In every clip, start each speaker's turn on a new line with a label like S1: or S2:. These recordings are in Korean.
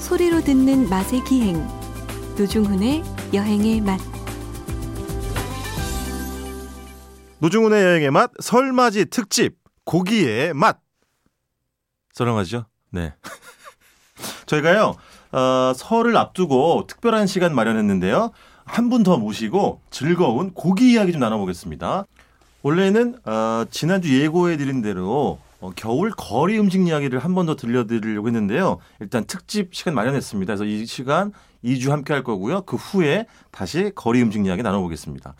S1: 소리로 듣는 맛의 기행 노중훈의 여행의 맛
S2: 노중훈의 여행의 맛 설맞이 특집 고기의 맛 설렁하시죠? 네. 저희가요 어, 설을 앞두고 특별한 시간 마련했는데요 한 분 더 모시고 즐거운 고기 이야기 좀 나눠보겠습니다. 원래는 어, 지난주 예고해드린 대로 어, 겨울 거리 음식 이야기를 한 번 더 들려드리려고 했는데요. 일단 특집 시간 마련했습니다. 그래서 이 시간 2주 함께 할 거고요. 그 후에 다시 거리 음식 이야기 나눠보겠습니다.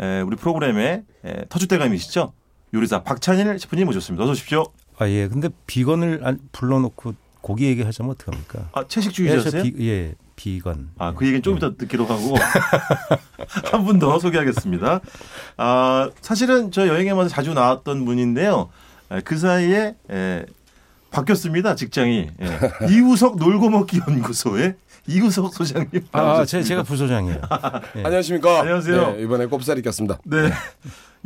S2: 에, 우리 프로그램의 에, 터줏대감이시죠? 요리사 박찬일 셰프님 모셨습니다. 어서 오십시오.
S3: 아, 예. 근데 비건을 안- 불러놓고 고기 얘기하자면 어떡합니까?
S2: 아,
S3: 예,
S2: 채식주의자세요?
S3: 저 비, 예, 비건.
S2: 아, 그 얘기는 좀
S3: 네.
S2: 이따 듣기로 하고 한 분 더 소개하겠습니다. 아, 사실은 저 여행에 와서 자주 나왔던 분인데요. 에, 그 사이에 에, 바뀌었습니다. 직장이. 예. 이우석 놀고 먹기 연구소의 이우석 소장님.
S3: 아, 제,
S2: 나오셨습니다.
S3: 제가 부소장이에요. 예.
S4: 안녕하십니까?
S2: 안녕하세요.
S4: 네, 이번에 꼽살이 꼈습니다.
S2: 네.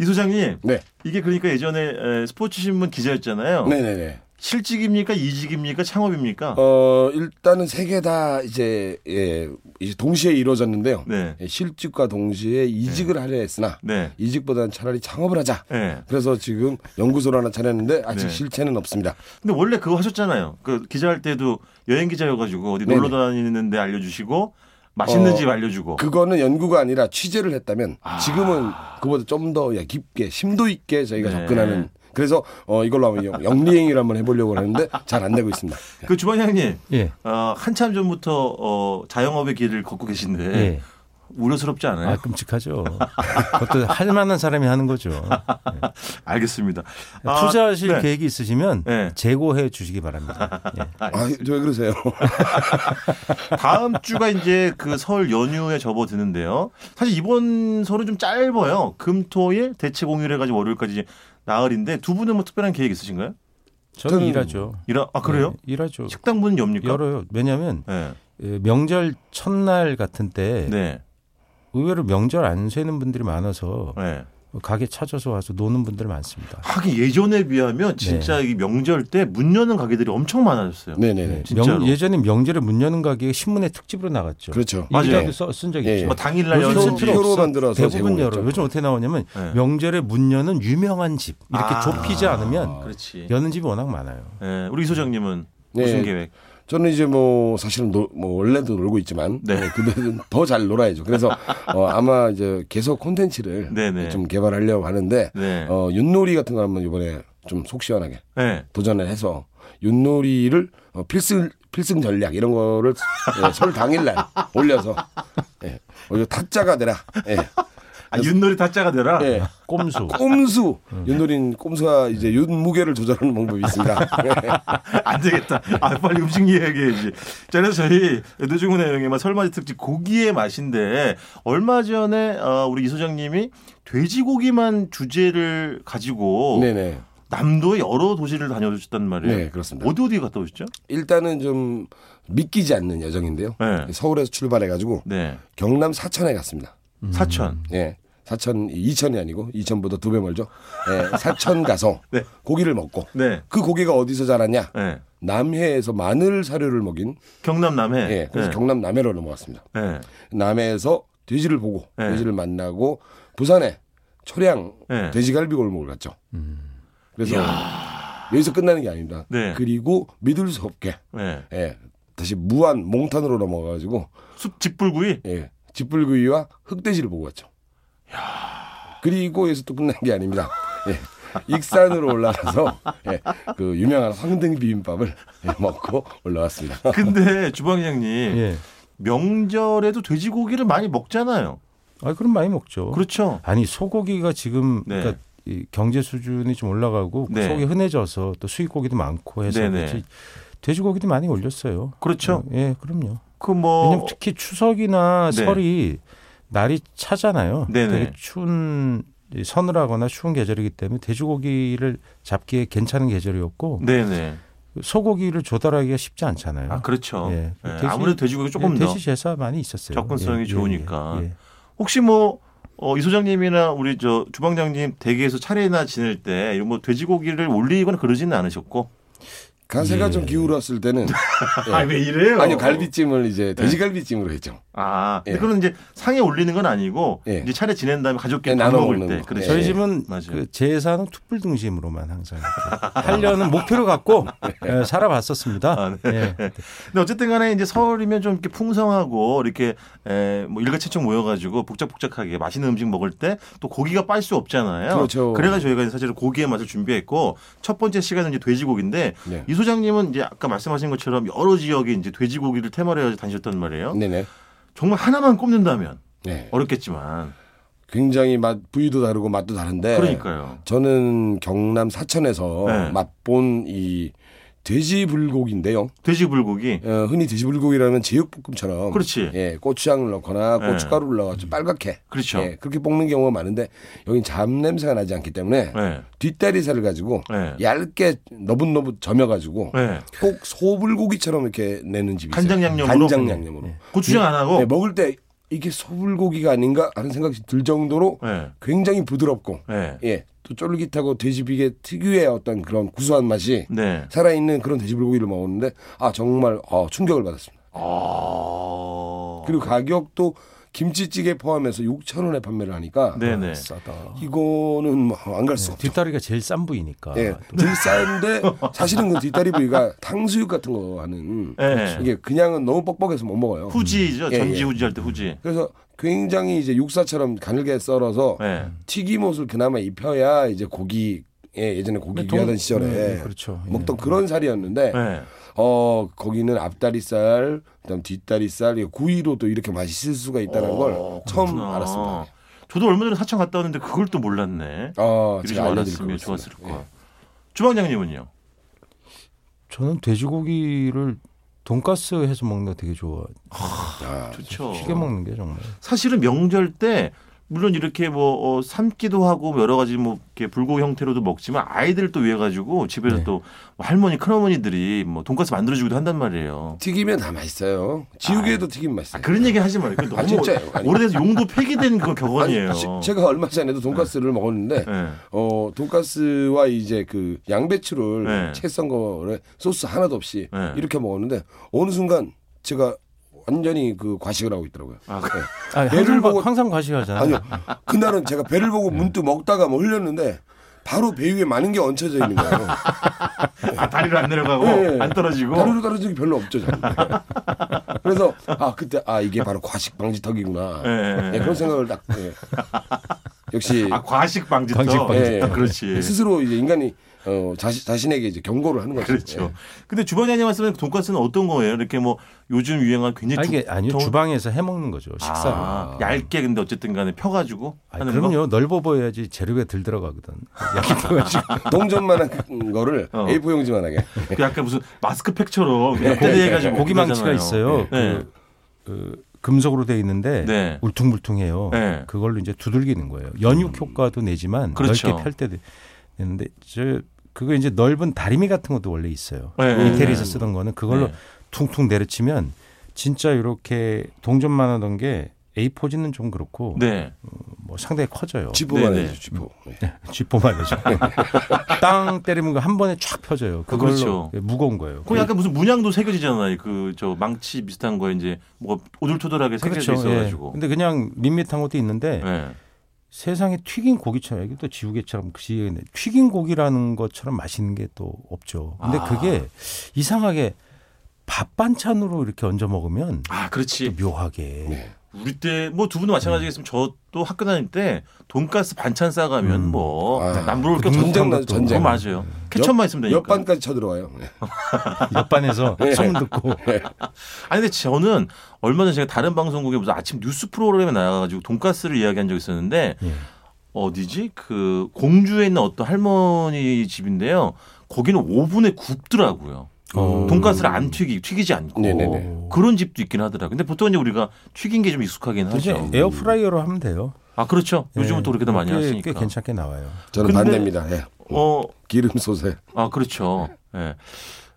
S2: 이 소장님.
S4: 네.
S2: 이게 그러니까 예전에 에, 스포츠 신문 기자였잖아요.
S4: 네네네.
S2: 실직입니까? 이직입니까? 창업입니까?
S4: 어, 일단은 세 개 다 이제, 예, 이제 동시에 이루어졌는데요.
S2: 네.
S4: 예, 실직과 동시에 이직을 하려 했으나,
S2: 네.
S4: 이직보다는 차라리 창업을 하자.
S2: 예.
S4: 그래서 지금 연구소를 하나 차렸는데, 아직
S2: 네.
S4: 실체는 없습니다.
S2: 근데 원래 그거 하셨잖아요. 그 기자할 때도 여행 기자여가지고 어디
S4: 네네.
S2: 놀러 다니는데 알려주시고 맛있는
S4: 어,
S2: 집 알려주고.
S4: 그거는 연구가 아니라 취재를 했다면, 지금은 그보다 좀 더 예, 깊게, 심도 있게 저희가
S2: 네.
S4: 접근하는, 그래서 어, 이걸로 한번 영- 영리행위를 한번 해보려고 하는데, 잘 안 되고 있습니다.
S2: 그 주방장님
S3: 예.
S2: 어, 한참 전부터 어, 자영업의 길을 걷고 계신데
S3: 예.
S2: 우려스럽지 않아요?
S3: 아, 끔찍하죠. 그것도 할 만한 사람이 하는 거죠.
S2: 알겠습니다. 아,
S3: 투자하실
S2: 네.
S3: 계획이 있으시면
S2: 네.
S3: 제고해 주시기 바랍니다. 예.
S4: 아, 저 왜 그러세요?
S2: 다음 주가 이제 그 설 연휴에 접어드는데요. 사실 이번 설은 좀 짧아요. 금토일 대체 공휴일 해가지고 월요일까지 이제 나흘인데 두 분은 뭐 특별한 계획 있으신가요?
S3: 저는
S4: 저는
S3: 일하죠.
S2: 이라 아 그래요? 그러니까.
S3: 예, 일하죠.
S2: 식당 문 엽니까?
S3: 열어요. 왜냐하면
S2: 네.
S3: 예, 명절 첫날 같은 때
S2: 네.
S3: 의외로 명절 안 새는 분들이 많아서
S2: 네.
S3: 가게 찾아서 와서 노는 분들 많습니다.
S2: 하긴 예전에
S4: 네.
S2: 비하면 진짜 이 명절 때 문 여는 가게들이 엄청 많아졌어요.
S4: 네네네.
S2: 진짜로.
S3: 명- 예전에 명절에 문 여는 가게가 신문에 특집으로 나갔죠.
S4: 그렇죠.
S2: 맞아요.
S3: 맞아요. 쓴적
S4: 예,
S3: 있죠.
S4: 예.
S2: 뭐 당일날
S3: 요즘
S2: 여는
S3: 필요
S2: 집.
S4: 표로
S3: 없어.
S4: 만들어서
S3: 대부분
S4: 제공을
S3: 열어.
S4: 했죠.
S3: 요즘 어떻게 나오냐면
S2: 네.
S3: 명절에 문 여는 유명한 집 이렇게
S2: 아.
S3: 좁히지 않으면
S2: 그렇지.
S3: 여는 집이 워낙 많아요.
S2: 예, 우리 이 소장님은
S4: 네.
S2: 무슨 계획?
S4: 저는 이제 뭐 사실은 노- 뭐 원래도 놀고 있지만
S2: 네.
S4: 어, 그들은 더 잘 놀아야죠. 그래서 어, 아마 이제 계속 콘텐츠를
S2: 네네.
S4: 좀 개발하려고 하는데
S2: 네.
S4: 어, 윷놀이 같은 거 한번 이번에 좀 속 시원하게
S2: 네.
S4: 도전을 해서 윷놀이를 어, 필승 필승 전략 이런 거를 예, 설 당일날 올려서 예, 오히려 타짜가 되라. 예.
S2: 아, 윷놀이 타짜가 되라.
S4: 예.
S3: 꼼수.
S4: 꼼수
S2: 음.
S4: 윷놀이는 꼼수가 이제 윷무게를 조절하는 방법이 있습니다.
S2: 안 되겠다. 아, 빨리 음식 이야기해야지. 자, 그래서 저희 노중훈의 여행에만 설맞이 특집 고기의 맛인데 얼마 전에 어, 우리 이 소장님이 돼지고기만 주제를 가지고
S4: 네네.
S2: 남도의 여러 도시를 다녀오셨단 말이에요.
S4: 네, 그렇습니다.
S2: 어디 어디 갔다 오셨죠?
S4: 일단은 좀 믿기지 않는 여정인데요.
S2: 네.
S4: 서울에서 출발해가지고
S2: 네.
S4: 경남 사천에 갔습니다.
S2: 사천.
S4: 예. 사천 이천이 아니고 이천보다 두 배 멀죠. 예, 사천 가서
S2: 네.
S4: 고기를 먹고
S2: 네.
S4: 그 고기가 어디서 자랐냐?
S2: 네.
S4: 남해에서 마늘 사료를 먹인
S2: 경남 남해.
S4: 예, 그래서
S2: 네.
S4: 경남 남해로 넘어갔습니다.
S2: 네.
S4: 남해에서 돼지를 보고
S2: 네.
S4: 돼지를 만나고 부산에 초량
S2: 네. 음.
S4: 돼지갈비 골목을 갔죠. 그래서 여기서 끝나는 게 아닙니다.
S2: 네.
S4: 그리고 믿을 수 없게
S2: 네.
S4: 예, 다시 무안 몽탄으로 넘어가가지고
S2: 숲 집불구이.
S4: 예, 짓불구이와 흑돼지를 보고 왔죠. 그리고 여기서 또 끝난 게 아닙니다. 예, 익산으로 올라가서 예, 그 유명한 황등 비빔밥을 예, 먹고 올라왔습니다.
S2: 근데 주방장님
S3: 예.
S2: 명절에도 돼지고기를 많이 먹잖아요.
S3: 아 그럼 많이 먹죠.
S4: 뭐?
S2: 그렇죠.
S3: 아니 소고기가 지금
S2: 네.
S3: 그러니까 이 경제 수준이 좀 올라가고 그
S2: 네.
S3: 속이 흔해져서 또 수입 고기도 많고 해서
S2: 네네.
S3: 그렇지. 돼지고기도 많이 올렸어요.
S4: 음.
S2: 그렇죠.
S3: 예, 그럼요. 왜냐면
S2: 그뭐
S3: 특히 추석이나
S2: 어. 네.
S3: 설이 날이 차잖아요.
S2: 네네.
S3: 되게 추운 이 서늘하거나 추운 계절이기 때문에 돼지고기를 잡기에 괜찮은 계절이었고
S4: 예.
S2: 네네.
S3: 소고기를 조달하기가 쉽지 않잖아요.
S2: 아 그렇죠.
S3: 예.
S2: 예,
S3: 돼지-
S2: 아무래도 돼지고기 조금
S3: 예,
S2: 더.
S3: 돼지 제사 많이 있었어요.
S2: 접근성이 좋으니까.
S3: 예.
S2: 혹시 뭐 어, 이 소장님이나 우리 저 주방장님 댁에서 차례나 지낼 때 이런 뭐 돼지고기를 올리거나 그러지는 않으셨고.
S4: 간세가 좀 기울었을 때는 예.
S2: 아 왜 이래요? 예.
S4: 아니요 갈비찜을 이제 돼지갈비찜으로 했죠.
S2: 아, 근데
S4: 예.
S2: 그건 이제 상에 올리는 건 아니고
S4: 예.
S2: 이제 차례 지낸 다음에 가족끼리
S4: 예,
S2: 밥
S4: 나눠
S2: 먹을
S4: 먹는
S2: 때.
S4: 거.
S2: 그렇죠.
S3: 저희
S4: 예.
S3: 집은
S2: 맞아요.
S3: 그 제사는 툭불 등심으로만 항상 이렇게 하려는 목표를 갖고 예, 살아봤었습니다.
S2: 네. 아,
S3: 예.
S2: 근데 어쨌든 간에 이제 설이면 좀 이렇게 풍성하고 이렇게 에, 뭐 일가친척 모여가지고 복작복작하게 맛있는 음식 먹을 때 또 고기가 빨 수 없잖아요.
S4: 그렇죠.
S2: 그래가 저희가 사실 고기의 맛을 준비했고 첫 번째 시간은 이제 돼지고기인데
S4: 네.
S2: 이 소장님은 이제 아까 말씀하신 것처럼 여러 지역에 이제 돼지고기를 테마로 해서 다니셨단 말이에요.
S4: 네네.
S2: 정말 하나만 꼽는다면
S4: 네.
S2: 어렵겠지만
S4: 굉장히 맛 부위도 다르고 맛도 다른데.
S2: 그러니까요.
S4: 저는 경남 사천에서
S2: 네.
S4: 맛본 이 돼지 불고기인데요.
S2: 돼지 불고기
S4: 어, 흔히 돼지 불고기라면 제육볶음처럼
S2: 그렇지.
S4: 예, 고추장을 넣거나
S2: 네.
S4: 고춧가루를 넣어서 빨갛게
S2: 그렇죠.
S4: 예, 그렇게 볶는 경우가 많은데 여긴 잡 냄새가 나지 않기 때문에
S2: 네.
S4: 뒷다리살을 가지고
S2: 네.
S4: 얇게 너분너분 점여가지고
S2: 네.
S4: 꼭 소불고기처럼 이렇게 내는 집이 있어요.
S2: 간장 양념으로? 예. 어.
S4: 간장 양념으로.
S2: 고추장 안 하고
S4: 네, 먹을 때 이게 소불고기가 아닌가 하는 생각이 들 정도로
S2: 네.
S4: 굉장히 부드럽고
S2: 네.
S4: 예, 또 쫄깃하고 돼지비계 특유의 어떤 그런 구수한 맛이
S2: 네.
S4: 살아있는 그런 돼지불고기를 먹었는데 아 정말 어, 충격을 받았습니다.
S2: 아.
S4: 그리고 가격도 김치찌개 포함해서 6천 원에 판매를 하니까
S2: 네네.
S3: 싸다.
S4: 이거는 뭐 안 갈 수 없죠.
S3: 뒷다리가 제일 싼 부위니까.
S4: 예, 제일 싼데 사실은 그 뒷다리 부위가 탕수육 같은 거 하는
S3: 네.
S2: 예.
S4: 이게 그냥은 너무 뻑뻑해서 못 먹어요.
S2: 후지죠.
S4: 예,
S2: 전지
S4: 예.
S2: 후지 할 때 후지.
S4: 그래서 굉장히 이제 육사처럼 가늘게 썰어서
S2: 네.
S4: 튀김옷을 그나마 입혀야 이제 고기 예, 예전에 고기
S3: 동-
S4: 귀하던 시절에
S3: 네, 그렇죠. 예.
S4: 먹던 그런 살이었는데
S2: 네.
S4: 어 거기는 앞다리살 그다음 뒷다리살 이거 구이로 도 이렇게 맛있을 수가 있다는
S2: 어,
S4: 걸 처음
S2: 그렇구나.
S4: 알았습니다.
S2: 저도 얼마 전에 사천 갔다 왔는데 그걸 또 몰랐네.
S4: 아
S2: 미리 좀
S4: 제가 알려드릴
S2: 알았으면
S4: 것
S2: 좋았을
S4: 같습니다. 예.
S2: 거야. 주방장님은요?
S3: 저는 돼지고기를 돈가스 해서 먹는 거 되게 좋아.
S4: 아,
S2: 좋죠.
S3: 튀겨 먹는 게 정말.
S2: 사실은 명절 때 물론 이렇게 뭐 어, 삶기도 하고 뭐 여러 가지 뭐 이렇게 불고기 형태로도 먹지만 아이들 또 위해 가지고 집에서
S3: 네.
S2: 또뭐 할머니 큰어머니들이 뭐 돈가스 만들어 주기도 한단 말이에요.
S4: 튀기면 다 맛있어요. 지우개도 튀김 맛있어요.
S2: 아, 그런 얘기 하지 말고 너무
S4: 아, 진짜예요. 아니.
S2: 오래돼서 용도 폐기된 그 격언이에요.
S4: 아니, 시- 제가 얼마 전에도 돈가스를 먹었는데
S2: 예.
S4: 어 돈가스와 이제 그 양배추를
S2: 네.
S4: 채 썬 거를 소스 하나도 없이
S2: 네.
S4: 이렇게 먹었는데 어느 순간 제가 완전히 그 과식을 하고 있더라고요.
S2: 아, 그-
S3: 아니,
S4: 배를
S3: 항상,
S4: 보고-
S3: 과- 항상 과식하잖아요.
S4: 아니요. 그날은 제가 배를 보고
S2: 네.
S4: 문득 먹다가 뭐 흘렸는데 바로 배 위에 많은 게 얹혀져 있는 거예요.
S2: 아, 다리를 안 내려가고
S4: 예.
S2: 안 떨어지고.
S4: 다루로 다른 적이 별로 없죠. 저는. 그래서 아 그때 아 이게 바로 과식 방지턱이구나.
S2: 예, 예,
S4: 예, 그런 생각을 딱 예. 역시
S2: 아 과식 방지턱.
S3: 과식
S4: 방지턱.
S2: 예, 예. 그렇지.
S4: 스스로 이제 인간이 어, 자시, 자신에게 이제 경고를 하는 거죠.
S2: 그렇죠.
S3: 예.
S2: 근데 주방장님 말씀에 돈가스는 어떤 거예요? 이렇게 뭐 요즘 유행한 굉장히
S3: 아니, 이게 아니요.
S2: 두-
S3: 주방에서 해 먹는 거죠. 식사. 아,
S2: 아, 얇게 근데 어쨌든 간에 펴가지고 하는 거.
S3: 그럼요. 넓어 보여야지 재료가 덜 들어가거든.
S4: 예. 동전만한 거를
S2: 어.
S4: A4 용지만하게.
S2: 그 약간 무슨 마스크팩처럼 떼대해가지고
S3: 예, 고기 망치가 있어요.
S2: 네.
S3: 그, 그 금속으로 돼 있는데
S2: 네.
S3: 울퉁불퉁해요.
S2: 네.
S3: 그걸로 이제 두들기는 거예요. 연육 효과도 내지만
S2: 그렇죠.
S3: 넓게 펼 때 되는데 저 그거 이제 넓은 다리미 같은 것도 원래 있어요.
S2: 네.
S3: 이태리에서
S2: 네.
S3: 쓰던 거는 그걸로
S2: 네.
S3: 퉁퉁 내려치면 진짜 이렇게 동전만 하던 게 A4지는 좀 그렇고
S2: 네.
S3: 뭐 상당히 커져요.
S4: 지포만
S2: 네,
S4: 해죠 지포. 예.
S3: 쥐포만 해죠. 예. 땅 때리면 그거 한 번에 쫙 펴져요. 그걸로
S2: 그렇죠.
S3: 예, 무거운 거예요.
S2: 그 약간 무슨 문양도 새겨지잖아요. 그 저 망치 비슷한 거에 이제 뭐 오돌토돌하게 새겨져
S3: 예.
S2: 있어가지고.
S3: 근데 그냥 밋밋한 것도 있는데
S2: 예.
S3: 세상에 튀긴 고기처럼 이게 또 지우개처럼 그시 튀긴 고기라는 것처럼 맛있는 게 또 없죠. 근데
S2: 아.
S3: 그게 이상하게 밥 반찬으로 이렇게 얹어 먹으면
S2: 아
S3: 또
S2: 그렇지.
S3: 묘하게
S4: 네.
S2: 우리 때 뭐 두 분도
S4: 음.
S2: 마찬가지겠으면 저도 학교 다닐 때 돈가스 반찬 싸가면
S3: 음.
S2: 뭐
S4: 아,
S3: 그
S2: 남부를 게
S4: 전쟁 나죠,
S2: 없었던
S3: 어,
S4: 전쟁. 음.
S2: 것도 맞아요. 케첩만 있으면 되니까.
S4: 옆반까지 쳐들어와요. 예.
S3: 옆반에서
S4: 예.
S3: 소문 듣고
S2: 아니 근데 저는 얼마 전에 제가 다른 방송국에 무슨 아침 뉴스 프로그램에 나가가지고 돈가스를 이야기한 적이 있었는데
S3: 예.
S2: 어디지 그 공주에 있는 어떤 할머니 집인데요. 거기는 오븐에 굽더라고요.
S3: 어.
S2: 돈가스를 안 튀기 튀기지 않고
S4: 네네네.
S2: 그런 집도 있긴 하더라고요. 근데 보통 이제 우리가 튀긴 게 좀 익숙하긴
S4: 그렇죠.
S2: 하죠.
S3: 이제 에어프라이어로 하면 돼요.
S2: 아 그렇죠. 요즘은
S4: 네.
S3: 예.
S2: 또 그렇게도 많이
S3: 꽤-
S2: 하시니까.
S3: 꽤 괜찮게 나와요.
S4: 저는
S2: 근데-
S4: 반대입니다. 예.
S2: 어,
S4: 기름 소세.
S2: 아 그렇죠. 예.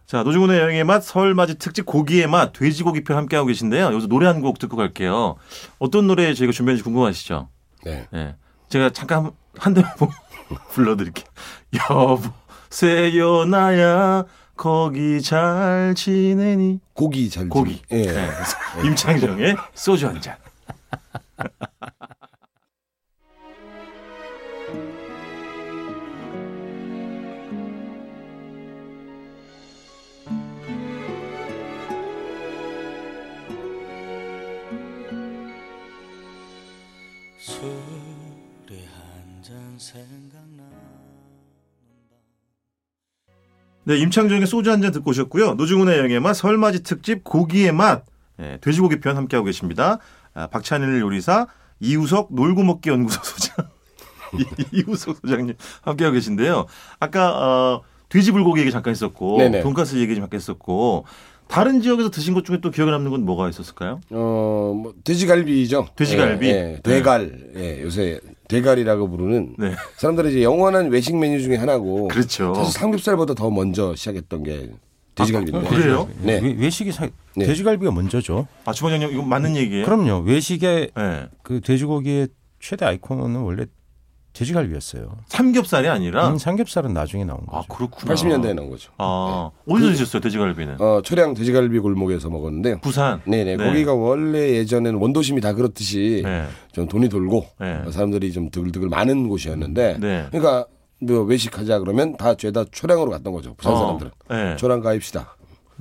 S2: 자 노중훈의 여행의 맛 설맞이 특집 고기의 맛 돼지고기표 함께하고 계신데요. 여기서 노래 한 곡 듣고 갈게요. 어떤 노래 저희가 준비했는지 궁금하시죠?
S4: 네.
S2: 예. 제가 잠깐 한 대만 불러드릴게요. 여보 세연아야 거기 잘 지내니
S4: 고기 잘
S2: 고기.
S4: 좀- 예.
S2: 네. 임창정의 소주 한 잔.
S5: 술이 한 잔 생각나
S2: 네, 임창정의 소주 한 잔 듣고 오셨고요. 노중훈의 여행의 맛, 설맞이 특집 고기의 맛, 예, 돼지고기 편 함께하고 계십니다. 아, 박찬일 요리사, 이우석 놀고 먹기 연구소 소장, 이- 이우석 소장님 함께하고 계신데요. 아까 어, 돼지 불고기 얘기 잠깐 했었고,
S4: 네네.
S2: 돈가스 얘기 잠깐 했었고, 다른 지역에서 드신 것 중에 또 기억에 남는 건 뭐가 있었을까요?
S4: 어, 뭐 돼지갈비죠.
S2: 돼지갈비?
S4: 예, 예. 돼갈. 예, 요새 돼갈이라고 부르는
S2: 네,
S4: 사람들이 이제 영원한 외식 메뉴 중에 하나고
S2: 그렇죠.
S4: 사실 삼겹살보다 더 먼저 시작했던 게 돼지갈비인데.
S2: 아, 그래요?
S4: 네.
S3: 외- 외식이 사-
S4: 네.
S3: 돼지갈비가 먼저죠.
S2: 아 주방장님 이거 맞는
S4: 음,
S2: 얘기예요?
S3: 그럼요. 외식의
S2: 예,
S3: 그 돼지고기의 최대 아이콘은 원래 돼지갈비였어요.
S2: 삼겹살이 아니라
S3: 음, 삼겹살은 나중에 나온
S2: 아
S3: 거죠.
S2: 그렇구나.
S4: 80년대에 나온 거죠.
S2: 아 어디서 드셨어요 돼지갈비는?
S4: 어, 초량 돼지갈비 골목에서 먹었는데요.
S2: 부산.
S4: 네네. 거기가 원래 예전에는 원도심이 다 그렇듯이
S2: 네.
S4: 좀 돈이 돌고
S2: 네.
S4: 어, 사람들이 좀 드글드글 많은 곳이었는데
S2: 네.
S4: 그러니까 뭐 외식하자 그러면 다 죄다 초량으로 갔던 거죠. 부산
S2: 어,
S4: 사람들은.
S2: 네.
S4: 초량 가입시다.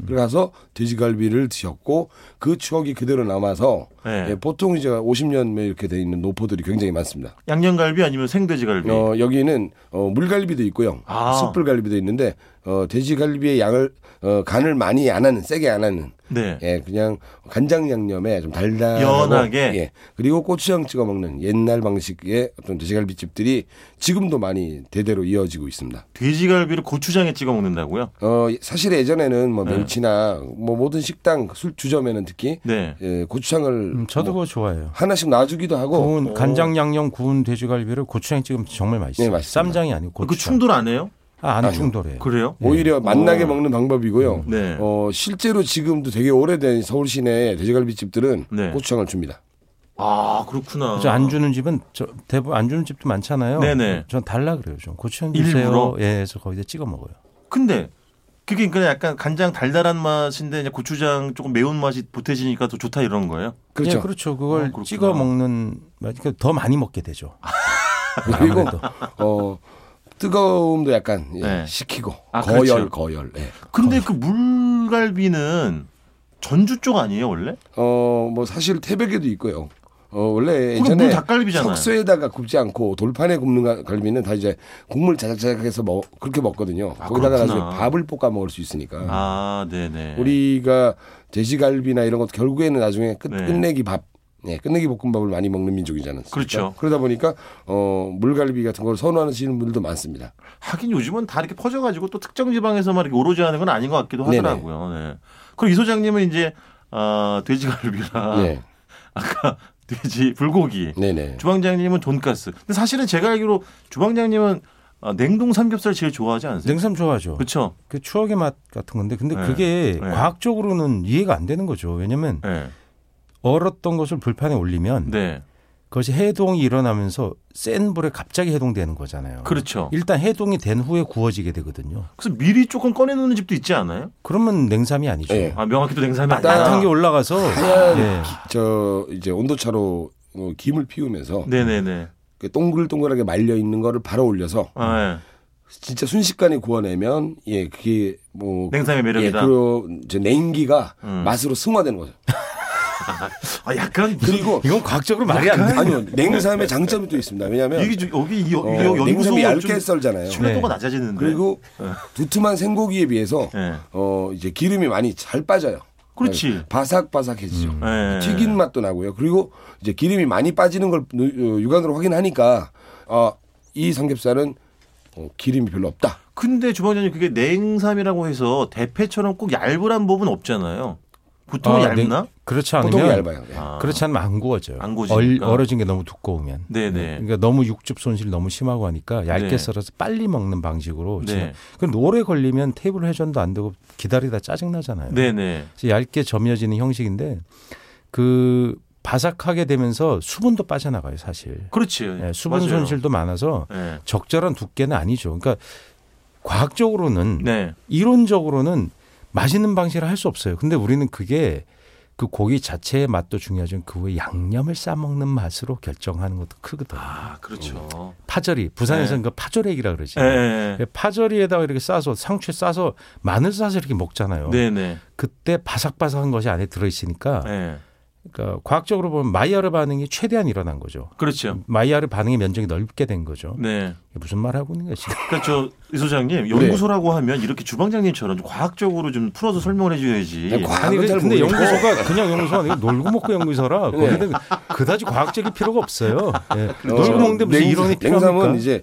S4: 그래 가서 돼지갈비를 드셨고 그 추억이 그대로 남아서
S2: 네.
S4: 예, 보통 이제 50년 이렇게 돼 있는 노포들이 굉장히 많습니다.
S2: 양념갈비 아니면 생돼지갈비.
S4: 어, 여기는 어, 물갈비도 있고요.
S2: 네. 아.
S4: 숯불갈비도 있는데 어, 돼지갈비의 양을 어, 간을 많이 안 하는 세게 안 하는
S2: 네.
S4: 예, 그냥 간장 양념에 좀 달달하고
S2: 연하게?
S4: 예. 그리고 고추장 찍어 먹는 옛날 방식의 어떤 돼지갈비집들이 지금도 많이 대대로 이어지고 있습니다.
S2: 돼지갈비를 고추장에 찍어 먹는다고요?
S4: 어, 사실 예전에는 뭐 멸치나 뭐 모든 식당 술주점에는 특히
S2: 네.
S4: 예, 고추장을
S3: 음, 저도
S4: 뭐
S3: 그거 좋아해요.
S4: 하나씩 놔주기도 하고
S3: 구운 간장 양념 구운 돼지갈비를 고추장 찍으면 정말 맛있어요.
S4: 네, 맛있습니다.
S3: 쌈장이 아니고
S2: 그
S3: 고추장.
S2: 충돌 안 해요?
S3: 아, 안
S4: 아니요.
S3: 충돌해요.
S2: 그래요?
S4: 오히려 맛나게 먹는 방법이고요.
S2: 네.
S4: 어, 실제로 지금도 되게 오래된 서울 시내 돼지갈비집들은
S2: 네.
S4: 고추장을 줍니다.
S2: 아 그렇구나.
S3: 그래서 안 주는 집은 저 대부분 안 주는 집도 많잖아요.
S2: 네네.
S3: 전 달라 그래요. 좀 고추장
S2: 일부러?
S3: 주세요. 예, 그래서 거기다 찍어 먹어요.
S2: 근데 그게 그냥 약간 간장 달달한 맛인데 이제 고추장 조금 매운 맛이 보태지니까 더 좋다 이런 거예요?
S4: 그렇죠.
S3: 예, 그렇죠. 그걸
S2: 그렇구나.
S3: 찍어 먹는 맛- 그러니까 더 많이 먹게 되죠.
S4: 그리고
S3: 아무래도.
S4: 어, 뜨거움도 약간 예,
S2: 네.
S4: 식히고
S2: 아,
S4: 거열
S2: 그렇죠.
S4: 거열. 예.
S2: 근데 그 물갈비는 전주 쪽 아니에요 원래?
S4: 어, 뭐 사실 태백에도 있고요. 어, 원래
S2: 그건 물
S4: 예전에
S2: 닭갈비잖아요.
S4: 석쇠에다가 굽지 않고 돌판에 굽는 가- 갈비는 다 이제 국물 자작자작해서 먹, 그렇게 먹거든요.
S2: 아,
S4: 거기다가
S2: 그렇구나.
S4: 나중에 밥을 볶아 먹을 수 있으니까.
S2: 아 네네.
S4: 우리가 돼지갈비나 이런 것도 결국에는 나중에 끝,
S2: 네.
S4: 끝내기 밥, 네, 끝내기 볶음밥을 많이 먹는 민족이지 않습니까?
S2: 그렇죠.
S4: 그러다 보니까 어, 물갈비 같은 걸 선호하시는 분들도 많습니다.
S2: 하긴 요즘은 다 이렇게 퍼져가지고 또 특정 지방에서만 이렇게 오로지 하는 건 아닌 것 같기도 하더라고요. 네. 그럼 이 소장님은 이제 아, 돼지갈비랑
S4: 네,
S2: 아까 돼지 불고기,
S4: 네, 네.
S2: 예. 주방장님은 돈가스. 근데 사실은 제가 알기로 주방장님은 아, 냉동 삼겹살 제일 좋아하지 않으세요?
S3: 냉삼 좋아하죠.
S2: 그렇죠.
S3: 그 추억의 맛 같은 건데 근데
S2: 네.
S3: 그게
S2: 네.
S3: 과학적으로는 이해가 안 되는 거죠. 왜냐하면
S2: 네.
S3: 얼었던 것을 불판에 올리면
S2: 네.
S3: 그것이 해동이 일어나면서 센 불에 갑자기 해동되는 거잖아요.
S2: 그렇죠.
S3: 일단 해동이 된 후에 구워지게 되거든요.
S2: 그래서 미리 조금 꺼내놓는 집도 있지 않아요?
S3: 그러면 냉삼이 아니죠.
S4: 예.
S2: 아, 명확히도 냉삼이
S3: 따뜻한
S2: 아니라.
S3: 게 올라가서
S2: 네.
S4: 하얀
S3: 예.
S4: 네. 저 이제 온도차로 어, 김을 피우면서
S2: 네네네.
S4: 그 동글동글하게 말려 있는 거를 바로 올려서
S2: 아, 예.
S4: 진짜 순식간에 구워내면 예 그게 뭐
S2: 냉삼의 매력이다.
S4: 예, 그리고 이제 냉기가
S2: 음.
S4: 맛으로 승화되는 거죠.
S2: 아, 약간
S4: 그리고
S3: 이건 과학적으로 말이
S2: 그
S3: 안 돼.
S4: 아니요 냉삼의 장점이 또 있습니다. 왜냐하면
S2: 여기 좀- 여기 이 여-
S4: 어,
S2: 이 여- 연구소
S4: 냉삼이 얇게
S2: 좀
S4: 썰잖아요. 네.
S2: 신뢰도가 낮아지는데.
S4: 그리고 두툼한 생고기에 비해서
S2: 어. 예.
S4: 어 이제 기름이 많이 잘 빠져요. 네,
S2: 그렇지.
S4: 바삭바삭해지죠.
S3: 음.
S2: 예.
S3: 네.
S4: 튀긴 맛도 나고요. 그리고 이제 기름이 많이 빠지는 걸 누- 어, 육안으로 확인하니까 아, 이 삼겹살은 어, 기름이 별로 없다.
S2: 근데 주방장님 그게 냉삼이라고 해서 대패처럼 꼭 얇으란 법은 없잖아요. 보통은
S3: 아,
S2: 얇나?
S3: 냉- 그렇지
S4: 보통
S3: 않으면
S4: 얇아요. 예.
S2: 아,
S3: 그렇지 않으면 안 구워져요.
S2: 안 구워지니까.
S3: 얼, 어진게 너무 두꺼우면.
S2: 네네.
S3: 그러니까 너무 육즙 손실 너무 심하고 하니까 얇게
S2: 네.
S3: 썰어서 빨리 먹는 방식으로.
S2: 네.
S3: 지금- 그런데 오래 걸리면 테이블 회전도 안 되고 기다리다 짜증 나잖아요.
S2: 네네.
S3: 그래서 얇게 점여지는 형식인데 그 바삭하게 되면서 수분도 빠져나가요 사실.
S2: 그렇지.
S4: 네,
S3: 예, 수분
S2: 네, 맞아요.
S3: 손실도 많아서
S2: 예.
S3: 적절한 두께는 아니죠. 그러니까 과학적으로는
S2: 네.
S3: 이론적으로는 맛있는 방식을 할 수 없어요. 근데 우리는 그게 그 고기 자체의 맛도 중요하지만 그 후에 양념을 싸 먹는 맛으로 결정하는 것도 크거든요.
S2: 아 그렇죠.
S3: 파절이 부산에서는 그 파절액이라 그러지. 예,
S2: 네.
S3: 파절이에다가 이렇게 싸서 상추에 싸서 마늘 싸서 이렇게 먹잖아요.
S2: 예. 네네.
S3: 그때 바삭바삭한 것이 안에 들어있으니까
S2: 네.
S3: 그러니까 과학적으로 보면 마이야르 반응이 최대한 일어난 거죠.
S2: 그렇죠.
S3: 마이야르 반응의 면적이 넓게 된 거죠.
S2: 네.
S3: 무슨 말 하고 있는 거야 지금?
S2: 그렇죠. 이 소장님 연구소라고 하면 이렇게 주방장님처럼 좀 과학적으로 좀 풀어서 설명을 해줘야지.
S4: 그냥 네, 과학은
S3: 아니
S4: 잘
S3: 근데
S4: 모르겠고.
S3: 연구소가 그냥 연구소가 아니고 놀고 먹고 연구소라
S4: 네.
S3: 거기는 그다지 과학적일 필요가 없어요. 예. 놀고
S4: 어,
S3: 먹는데 무슨
S4: 냉-
S3: 이론이
S4: 냉삼은
S3: 필요합니까?
S4: 이제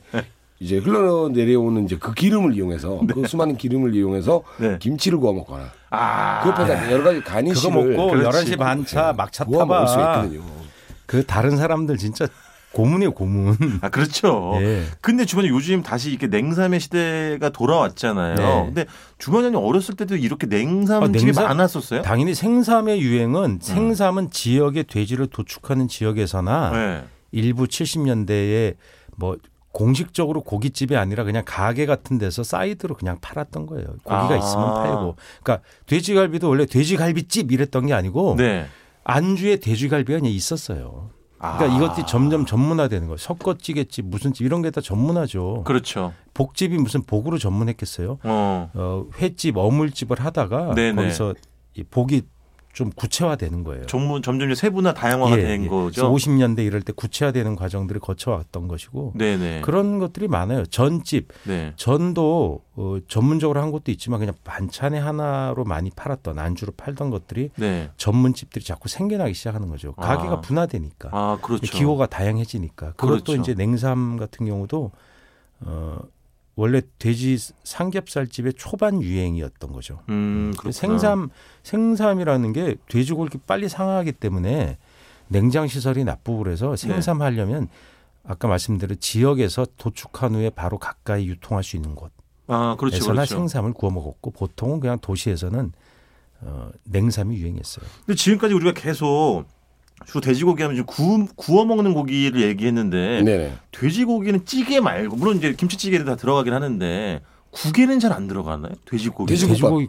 S4: 이제 흘러내려오는 이제 그 기름을 이용해서
S3: 네.
S4: 그 수많은 기름을 이용해서
S2: 네.
S4: 김치를 구워 먹거나
S2: 아.
S4: 그 옆에다 여러 가지
S3: 네. 그거
S4: 간이식을 네.
S3: 먹고
S2: 그렇지.
S3: 11시 반차 막차
S4: 구워 먹을 수
S3: 타봐.
S4: 있거든요.
S3: 그 다른 사람들 진짜 고문이에요 고문.
S2: 아
S4: 어.
S2: 그렇죠.
S3: 예.
S2: 근데 주방장 요즘 다시 이렇게 냉삼의 시대가 돌아왔잖아요.
S3: 네.
S2: 근데 주방장님 어렸을 때도 이렇게 냉삼
S3: 아,
S2: 집이
S3: 냉삼?
S2: 많았었어요?
S3: 당연히 생삼의
S4: 음.
S3: 유행은 생삼은 지역의 돼지를 도축하는 지역에서나
S2: 네.
S3: 일부 70년대에 뭐 공식적으로 고깃집이 아니라 그냥 가게 같은 데서 사이드로 그냥 팔았던 거예요. 고기가
S2: 아.
S3: 있으면 팔고. 그러니까 돼지갈비도 원래 돼지갈비집 이랬던 게 아니고
S2: 네.
S3: 안주에 돼지갈비가 그냥 있었어요. 그러니까
S2: 아.
S3: 이것들이 점점 전문화되는 거예요. 석거찌개집 무슨 집 이런 게 다 전문화죠.
S2: 그렇죠.
S3: 복집이 무슨 복으로 전문했겠어요.
S2: 어.
S3: 어, 횟집 어물집을 하다가
S2: 네네.
S3: 거기서 이 복이 좀 구체화되는 거예요.
S2: 전문 점점 이제 세분화 다양화가
S3: 예,
S2: 된 거죠.
S3: 50년대 이럴 때 구체화되는 과정들을 거쳐왔던 것이고
S2: 네네.
S3: 그런 것들이 많아요. 전집,
S2: 네.
S3: 전도 어, 전문적으로 한 것도 있지만 그냥 반찬의 하나로 많이 팔았던 안주로 팔던 것들이
S2: 네.
S3: 전문집들이 자꾸 생겨나기 시작하는 거죠. 가게가
S2: 아.
S3: 분화되니까
S2: 아 그렇죠.
S3: 기호가 다양해지니까 그것도
S2: 그렇죠.
S3: 이제 냉삼 같은 경우도 어, 원래 돼지 삼겹살집의 초반 유행이었던 거죠.
S2: 음, 그렇구나.
S3: 생삼 생삼이라는 게 돼지고 이렇게 빨리 상하기 때문에 냉장 시설이 나쁘고
S2: 네.
S3: 그래서 생삼 하려면 아까 말씀드린 지역에서 도축한 후에 바로 가까이 유통할 수 있는 곳에서나
S2: 아 그렇죠 그렇죠.
S3: 생삼을 구워 먹었고 보통은 그냥 도시에서는 어, 냉삼이 유행했어요.
S2: 근데 지금까지 우리가 계속 주 돼지고기 하면 지금 구워, 구워 먹는 고기를 얘기했는데
S4: 네네.
S2: 돼지고기는 찌개 말고 물론 이제 김치찌개도 다 들어가긴 하는데 국에는 잘 안 들어가나요? 돼지고기.
S4: 돼지국밥.
S3: 돼지고기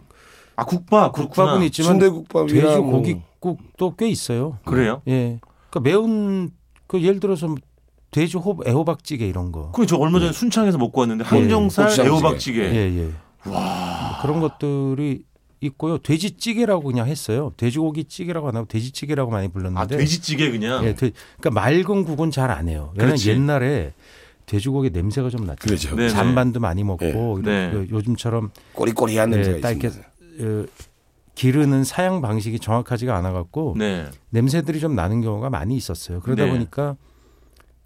S2: 아 국밥 그렇구나.
S3: 국밥은 있지만
S4: 순대국밥이랑 뭐.
S3: 돼지고기국도 꽤 있어요.
S2: 그래요?
S3: 예, 그러니까 매운 그 예를 들어서 뭐 돼지 호박 애호박찌개 이런 거.
S2: 그럼 저 얼마 전에 순창에서 먹고 왔는데 항정살
S4: 고추장찌개.
S2: 애호박찌개. 네.
S3: 예, 예. 뭐 그런 것들이 있고요. 돼지찌개라고 그냥 했어요. 돼지고기 찌개라고 안 하고 돼지찌개라고 많이 불렀는데.
S2: 아 돼지찌개 그냥.
S3: 예, 돼- 그러니까 맑은 국은 잘 안 해요. 왜냐면
S2: 그렇지.
S3: 옛날에 돼지고기 냄새가 좀 났죠.
S4: 그렇죠.
S2: 네. 네네.
S3: 잔반도 많이 먹고
S4: 예.
S3: 이런- 그
S2: 네.
S3: 요- 요즘처럼
S4: 꼬리꼬리한
S3: 예,
S4: 냄새가
S3: 딱 이렇게
S4: 있습니다.
S3: 어, 기르는 사양 방식이 정확하지가 않아 갖고
S2: 네.
S3: 냄새들이 좀 나는 경우가 많이 있었어요. 그러다
S2: 네.
S3: 보니까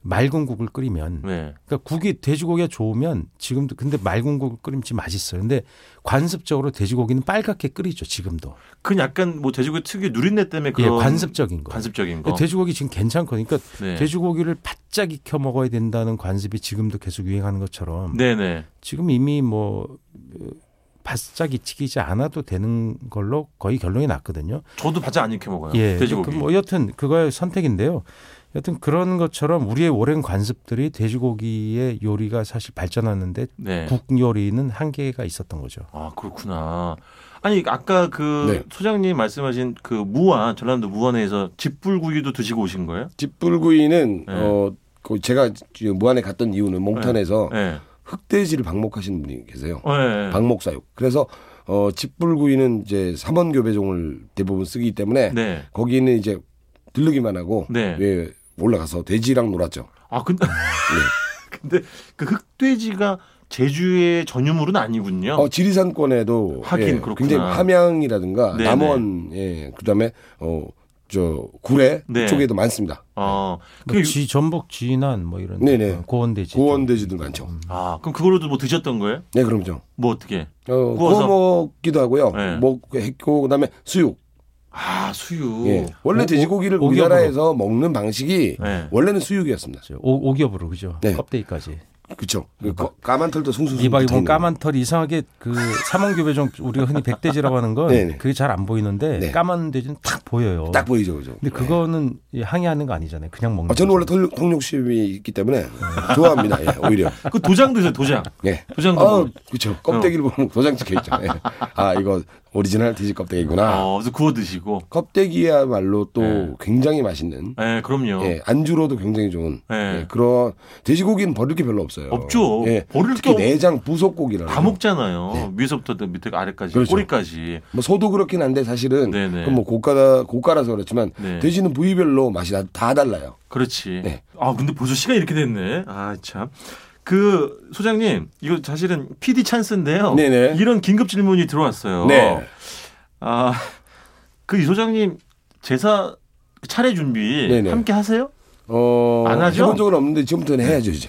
S3: 맑은 국을 끓이면
S2: 네.
S3: 그러니까 국이 돼지고기가 좋으면 지금도 근데 맑은 국을 끓이면 진짜 맛있어요. 근데 관습적으로 돼지고기는 빨갛게 끓이죠 지금도.
S2: 그건 약간 뭐 돼지고기 특유의 누린내 때문에
S3: 예,
S2: 네, 그런
S3: 관습적인 거.
S2: 관습적인 거.
S3: 그러니까 돼지고기 지금 괜찮거든요. 그러니까
S2: 네.
S3: 돼지고기를 바짝 익혀 먹어야 된다는 관습이 지금도 계속 유행하는 것처럼
S2: 네네.
S3: 지금 이미 뭐 어, 바짝 익히지 않아도 되는 걸로 거의 결론이 났거든요.
S2: 저도 바짝 안 익혀 먹어요.
S3: 예.
S2: 아, 돼지고기.
S3: 그 뭐 여튼 그거의 선택인데요. 여튼 그런 것처럼 우리의 오랜 관습들이 돼지고기의 요리가 사실 발전하는데
S2: 네.
S3: 국 요리는 한계가 있었던 거죠.
S2: 아 그렇구나. 아니 아까 그
S4: 네.
S2: 소장님 말씀하신 그 무안 전라도 무안에서 집불구이도 드시고 오신 거예요?
S4: 집불구이는
S2: 네.
S4: 어, 그 제가 지금 무안에 갔던 이유는 몽탄에서
S2: 네.
S4: 흑돼지를 방목하시는 분이 계세요.
S2: 네.
S4: 어. 방목사육. 그래서 어, 집불구이는 이제 삼원교배종을 대부분 쓰기 때문에
S2: 네.
S4: 거기는 이제 들르기만 하고
S2: 네.
S4: 예, 올라가서 돼지랑 놀았죠.
S2: 아 근데
S4: 네.
S2: 근데 그 흑돼지가 제주의 전유물은 아니군요.
S4: 어, 지리산권에도
S2: 하긴
S4: 예,
S2: 그렇구나.
S4: 굉장히 함양이라든가
S2: 네네.
S4: 남원 예, 그다음에 어, 저 구례
S2: 네.
S4: 쪽에도 많습니다.
S2: 어.
S3: 그
S2: 그게
S3: 지, 전북 진안 뭐 이런
S4: 네네.
S3: 어, 고원돼지
S4: 고원돼지들 많죠.
S2: 아 그럼 그걸로도 뭐 드셨던 거예요?
S4: 네, 그럼요.
S2: 뭐 어떻게?
S4: 어,
S2: 구워서?
S4: 구워 먹기도 하고요.
S2: 네.
S4: 먹고 그다음에 수육.
S2: 아 수육.
S4: 예. 원래
S3: 오-
S4: 돼지고기를
S3: 오겹으로.
S4: 우리나라에서 먹는 방식이
S2: 네.
S4: 원래는 수육이었습니다.
S3: 오, 겹으로 그죠
S4: 네.
S3: 껍데기까지
S4: 그렇죠. 까만 털도 숭숭숭.
S3: 이봐 이번
S4: 붙어있는 거.
S3: 까만 털이 이상하게 그 삼원교배종 우리가 흔히 백돼지라고 하는 건
S4: 네네.
S3: 그게 잘 안 보이는데
S4: 네.
S3: 까만 돼지는 딱 보여요.
S4: 딱 보이죠, 그죠.
S3: 근데 그거는 이 항해하는 거 아니잖아요. 그냥 먹는.
S4: 아, 저는
S3: 거죠.
S4: 원래 털, 통욕심이 있기 때문에 좋아합니다. 예, 오히려.
S2: 그 도장도 있어요, 도장.
S4: 예.
S2: 도장도.
S4: 아,
S2: 보면.
S4: 그렇죠. 껍데기를 보면 도장 찍혀 있잖아요. 아, 이거 오리지널 돼지 껍데기구나.
S2: 어, 그래서 구워 드시고.
S4: 껍데기야말로 또
S2: 예.
S4: 굉장히 맛있는
S2: 예, 그럼요.
S4: 예, 안주로도 굉장히 좋은
S2: 예.
S4: 예, 그런 돼지고기는 버릴 게 별로 없어요.
S2: 없죠.
S4: 예,
S2: 버릴
S4: 특히
S2: 게 없-
S4: 내장 부속고기라는
S2: 다 먹잖아요.
S4: 네.
S2: 위에서부터 밑에 아래까지
S4: 그렇죠.
S2: 꼬리까지.
S4: 뭐 소도 그렇긴 한데 사실은
S2: 네네.
S4: 그뭐 고가다 고가라서 그렇지만
S2: 네.
S4: 돼지는 부위별로 맛이 다, 다 달라요.
S2: 그렇지.
S4: 네.
S2: 아 근데 벌써 시간이 이렇게 됐네. 아 참. 그 소장님 이거 사실은 PD 찬스인데요.
S4: 네네.
S2: 이런 긴급 질문이 들어왔어요.
S4: 네.
S2: 아그 이 소장님 제사 그 차례 준비
S4: 네네.
S2: 함께 하세요?
S4: 어,
S2: 안 하죠?
S4: 해본 적은 없는데 지금부터는 해야죠, 이제.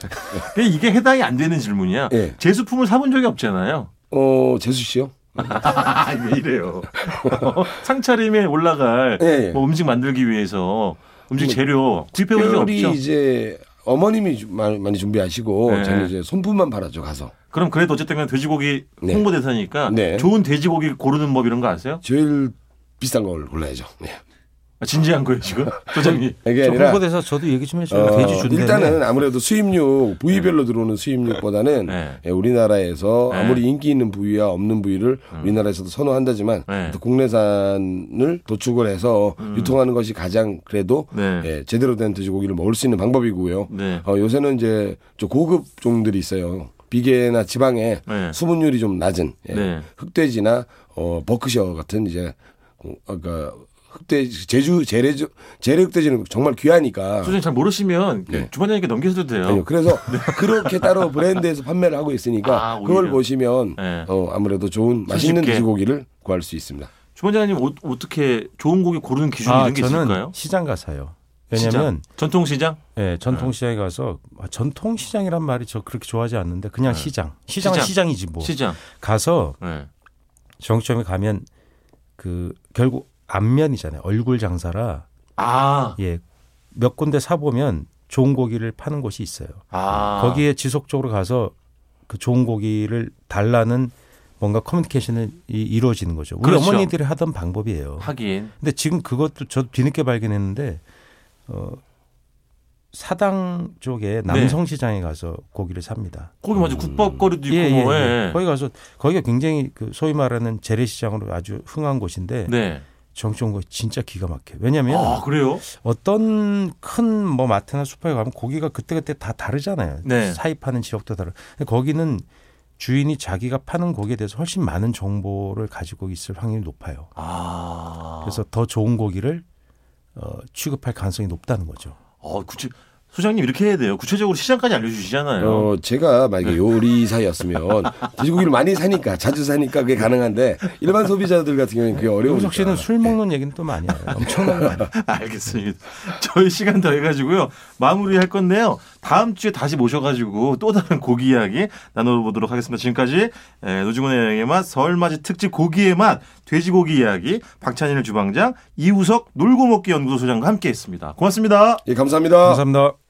S2: 근데 예, 이게 해당이 안 되는 질문이야.
S4: 예.
S2: 제수품을 사본 적이 없잖아요.
S4: 어, 재수 씨요?
S2: 아, 왜 이래요? 상차림에 올라갈
S4: 예, 예.
S2: 뭐 음식 만들기 위해서 음식
S4: 뭐,
S2: 재료 구입해 본 적
S4: 특별히
S2: 없죠?
S4: 이제 어머님이 주- 많이, 많이 준비하시고
S2: 네.
S4: 저는 이제 손품만 팔았죠, 가서.
S2: 그럼 그래도 어쨌든 간에 돼지고기
S4: 네.
S2: 홍보대사니까
S4: 네.
S2: 좋은 돼지고기 고르는 법 이런 거 아세요?
S4: 제일 비싼 걸 골라야죠. 네.
S2: 아, 진지한 거예요 지금 소장님.
S4: 이게
S3: 저
S4: 아니라
S3: 홍보대사 저도 얘기 좀 해줘요.
S4: 어,
S3: 돼지 준대.
S4: 일단은 아무래도 수입육 부위별로 들어오는 수입육보다는
S2: 네.
S4: 예, 우리나라에서
S2: 네. 음.
S4: 아무리 인기 있는 부위와 없는 부위를 우리나라에서도 선호한다지만
S2: 네. 음.
S4: 또 국내산을 도축을 해서 유통하는 것이 가장 그래도
S2: 네.
S4: 예, 제대로 된 돼지고기를 먹을 수 있는 방법이고요.
S2: 네.
S4: 어, 요새는 이제 좀 고급 종들이 있어요. 비계나 지방에
S2: 네.
S4: 수분율이 좀 낮은 예,
S2: 네.
S4: 흑돼지나 어, 버크셔 같은 이제 어, 그러니까 흑돼지 제주 재래 재래 흑돼지는 정말 귀하니까
S2: 소장님 잘 모르시면 그
S4: 네.
S2: 주방장님께 넘기셔도 돼요.
S4: 아니요. 그래서 그렇게 따로 브랜드에서 판매를 하고 있으니까
S2: 아, 오히려.
S4: 그걸 보시면
S2: 네.
S4: 어, 아무래도 좋은 맛있는
S2: 손쉽게.
S4: 돼지고기를 구할 수 있습니다.
S2: 주방장님 어, 어떻게 좋은 고기 고르는 기준이
S3: 아
S2: 이런 게
S3: 저는
S2: 있을까요?
S3: 시장 가서요. 왜냐면
S2: 시장? 전통시장?
S3: 예, 전통시장에
S4: 네.
S3: 가서 아, 전통시장이란 말이 저 그렇게 좋아하지 않는데 그냥
S4: 네.
S3: 시장. 시장은
S2: 시장.
S3: 시장. 이지뭐
S2: 시장.
S3: 가서
S2: 네.
S3: 정점에 가면 그 결국 안면이잖아요. 얼굴 장사라
S2: 아,
S3: 예 몇 군데 사 보면 좋은 고기를 파는 곳이 있어요.
S2: 아.
S3: 거기에 지속적으로 가서 그 좋은 고기를 달라는 뭔가 커뮤니케이션이 이루어지는 거죠. 우리
S2: 그렇죠.
S3: 어머니들이 하던 방법이에요.
S2: 하긴.
S3: 근데 지금 그것도 저도 뒤늦게 발견했는데 어 사당
S2: 네.
S3: 쪽에 남성 시장에 가서 고기를 삽니다.
S2: 거기 맞아 국밥거리도 있고 뭐. 예.
S3: 거기 가서 거기가 굉장히 그 소위 말하는 재래 시장으로 아주 흥한 곳인데
S2: 네.
S3: 정치원 거 진짜 기가 막혀. 요 왜냐하면
S2: 아 그래요?
S3: 어떤 큰 뭐 마트나 슈퍼에 가면 고기가 그때그때 다 다르잖아요.
S2: 네.
S3: 사입하는 지역도 다르. 근데 거기는 주인이 자기가 파는 고기에 대해서 훨씬 많은 정보를 가지고 있을 확률이 높아요.
S2: 아.
S3: 그래서 더 좋은 고기를 어, 취급할 가능성이 높다는 거죠.
S2: 어 구체 소장님 이렇게 해야 돼요. 구체적으로 시장까지 알려주시잖아요.
S4: 어,
S2: 네.
S4: 제가 만약에 요리사였으면 돼지고기를 많이 사니까 자주 사니까 그게 가능한데 일반 소비자들 같은 경우는 그게 어려우니까. 네.
S3: 용석 씨는 술 먹는 얘기는 또 많이 해요. 엄청난 거 아니에요.
S2: 알겠습니다. 저희 시간 더 해가지고요. 마무리할 건데요. 다음 주에 다시 모셔가지고 또 다른 고기 이야기 나눠보도록 하겠습니다. 지금까지 에, 노중훈의 여행의 맛, 설맞이 특집 고기의 맛, 돼지고기 이야기, 박찬일 주방장, 이우석 놀고 먹기 연구소장과 함께했습니다. 고맙습니다.
S4: 예, 감사합니다.
S3: 감사합니다.